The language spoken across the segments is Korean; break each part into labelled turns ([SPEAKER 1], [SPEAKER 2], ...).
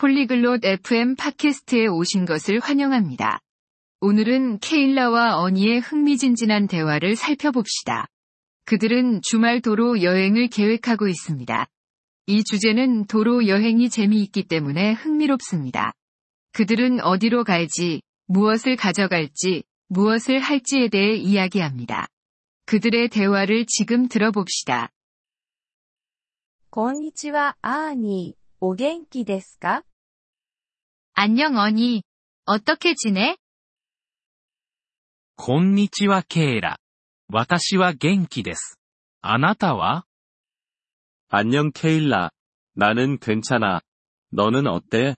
[SPEAKER 1] 폴리글롯 FM 팟캐스트에 오신 것을 환영합니다. 오늘은 케일라와 어니의 흥미진진한 대화를 살펴봅시다. 그들은 주말 도로 여행을 계획하고 있습니다. 이 주제는 도로 여행이 재미있기 때문에 흥미롭습니다. 그들은 어디로 갈지, 무엇을 가져갈지, 무엇을 할지에 대해 이야기합니다. 그들의 대화를 지금 들어봅시다.
[SPEAKER 2] こんにちは、アーニー。お元気ですか
[SPEAKER 1] 안녕 어니. 어떻게 지내?
[SPEAKER 3] こんにちは、ケイラ。私は元気です。あなたは
[SPEAKER 4] 안녕 케일라. 나는 괜찮아. 너는 어때?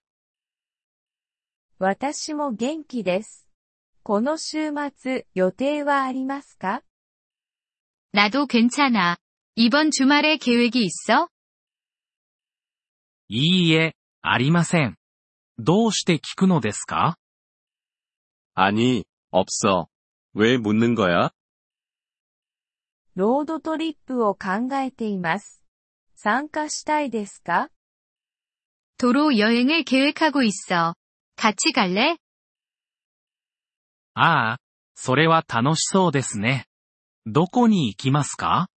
[SPEAKER 2] 私も元気です。この週末、予定はありますか
[SPEAKER 1] 나도 괜찮아. 이번 주말에 계획이 있어?
[SPEAKER 3] いいえ、ありません。どうして聞くのですか
[SPEAKER 4] 아니, 없어. 왜 묻는 거야?
[SPEAKER 2] ロードトリップを考えています。参加したいですか
[SPEAKER 1] 도로 여행을 계획하고 있어. 같이 갈래?
[SPEAKER 3] ああ、それは楽しそうですね。どこに行きますか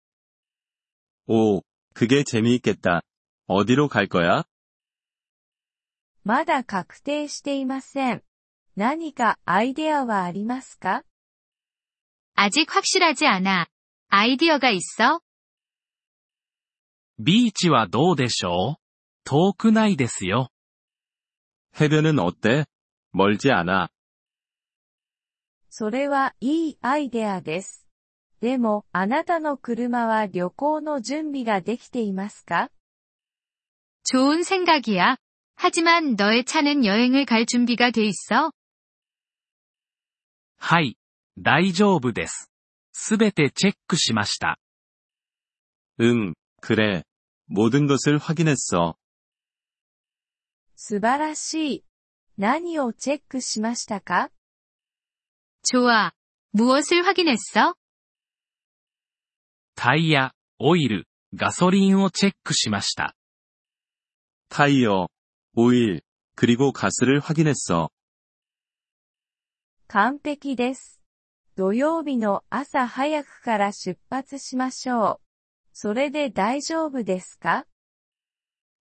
[SPEAKER 4] 오, 그게 재미있겠다. 어디로 갈 거야?
[SPEAKER 2] まだ確定していません。何かアイデアはありますか
[SPEAKER 1] 아직 확실하지 않아. 아이디어가 있어?
[SPEAKER 3] ビーチはどうでしょう遠くないですよ。
[SPEAKER 4] 해변은 어때? 멀지 않아.
[SPEAKER 2] それはいいアイデアです。でも、あなたの車は旅行の準備ができていますか
[SPEAKER 1] 좋은 생각이야. 하지만 너의 차는 여행을 갈 준비가 돼 있어?
[SPEAKER 3] はい、大丈夫です。すべてチェックしました。
[SPEAKER 4] 응, 그래. 모든 것을 확인했어.
[SPEAKER 2] 素晴らしい。何をチェックしましたか
[SPEAKER 1] 좋아. 무엇을 확인했어?
[SPEAKER 3] タイヤ、オイル、ガソリンをチェックしました。
[SPEAKER 4] 타이어, 오일, 그리고 가스를 확인했어.
[SPEAKER 2] 完璧です。土曜日の朝早くから出発しましょう。それで大丈夫ですか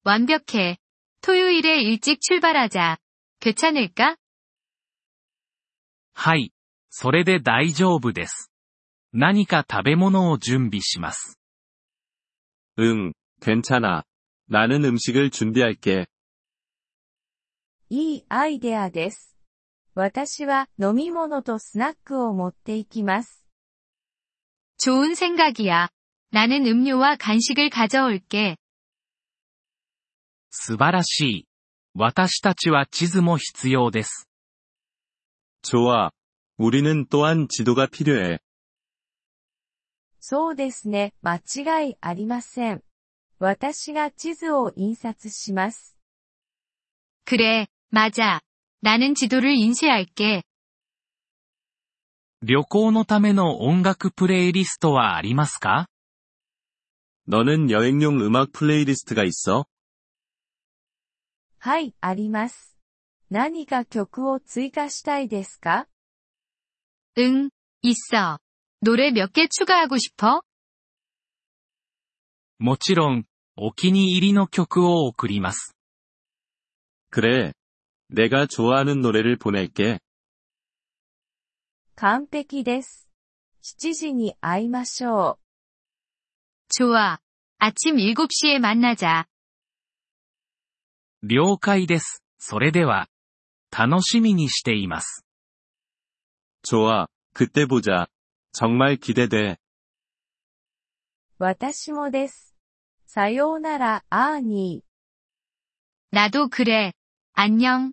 [SPEAKER 1] 완벽해. 토요일에 일찍 출발하자. 괜찮을까?
[SPEAKER 3] はい、それで大丈夫です。何か食べ物を準備します。
[SPEAKER 4] 응, 괜찮아. 나는 음식을 준비할게.
[SPEAKER 2] いいアイデアです。私は飲み物とスナックを持っていきます。
[SPEAKER 1] 좋은 생각이야. 나는 음료와 간식을 가져올게.
[SPEAKER 3] 素晴らしい。私たちは地図も必要です。
[SPEAKER 4] 좋아. 우리는 또한 지도가 필요해.
[SPEAKER 2] そうですね、間違いありません。私が地図を印刷します。
[SPEAKER 1] 그래, 맞아. 나는 지도를 인쇄할게.
[SPEAKER 3] 旅行のための音楽プレイリストはありますか
[SPEAKER 4] 너는 여행용 음악 플레이리스트가 있어?
[SPEAKER 2] はい、あります。何か曲を追加したいですか
[SPEAKER 1] 응, 있어. 노래 몇 개 추가하고 싶어?
[SPEAKER 3] もちろん、お気に入りの曲を送ります。
[SPEAKER 4] 그래. 내가 좋아하는 노래를 보낼게.
[SPEAKER 2] 完璧です。7時に会いましょう。
[SPEAKER 1] 좋아. 아침 7시에 만나자.
[SPEAKER 3] 了解です。それでは、楽しみにしています。
[SPEAKER 4] 좋아. 그때 보자. 정말 기대돼.
[SPEAKER 2] 私もです。さようなら、アーニー。
[SPEAKER 1] 나도 그래. 안녕,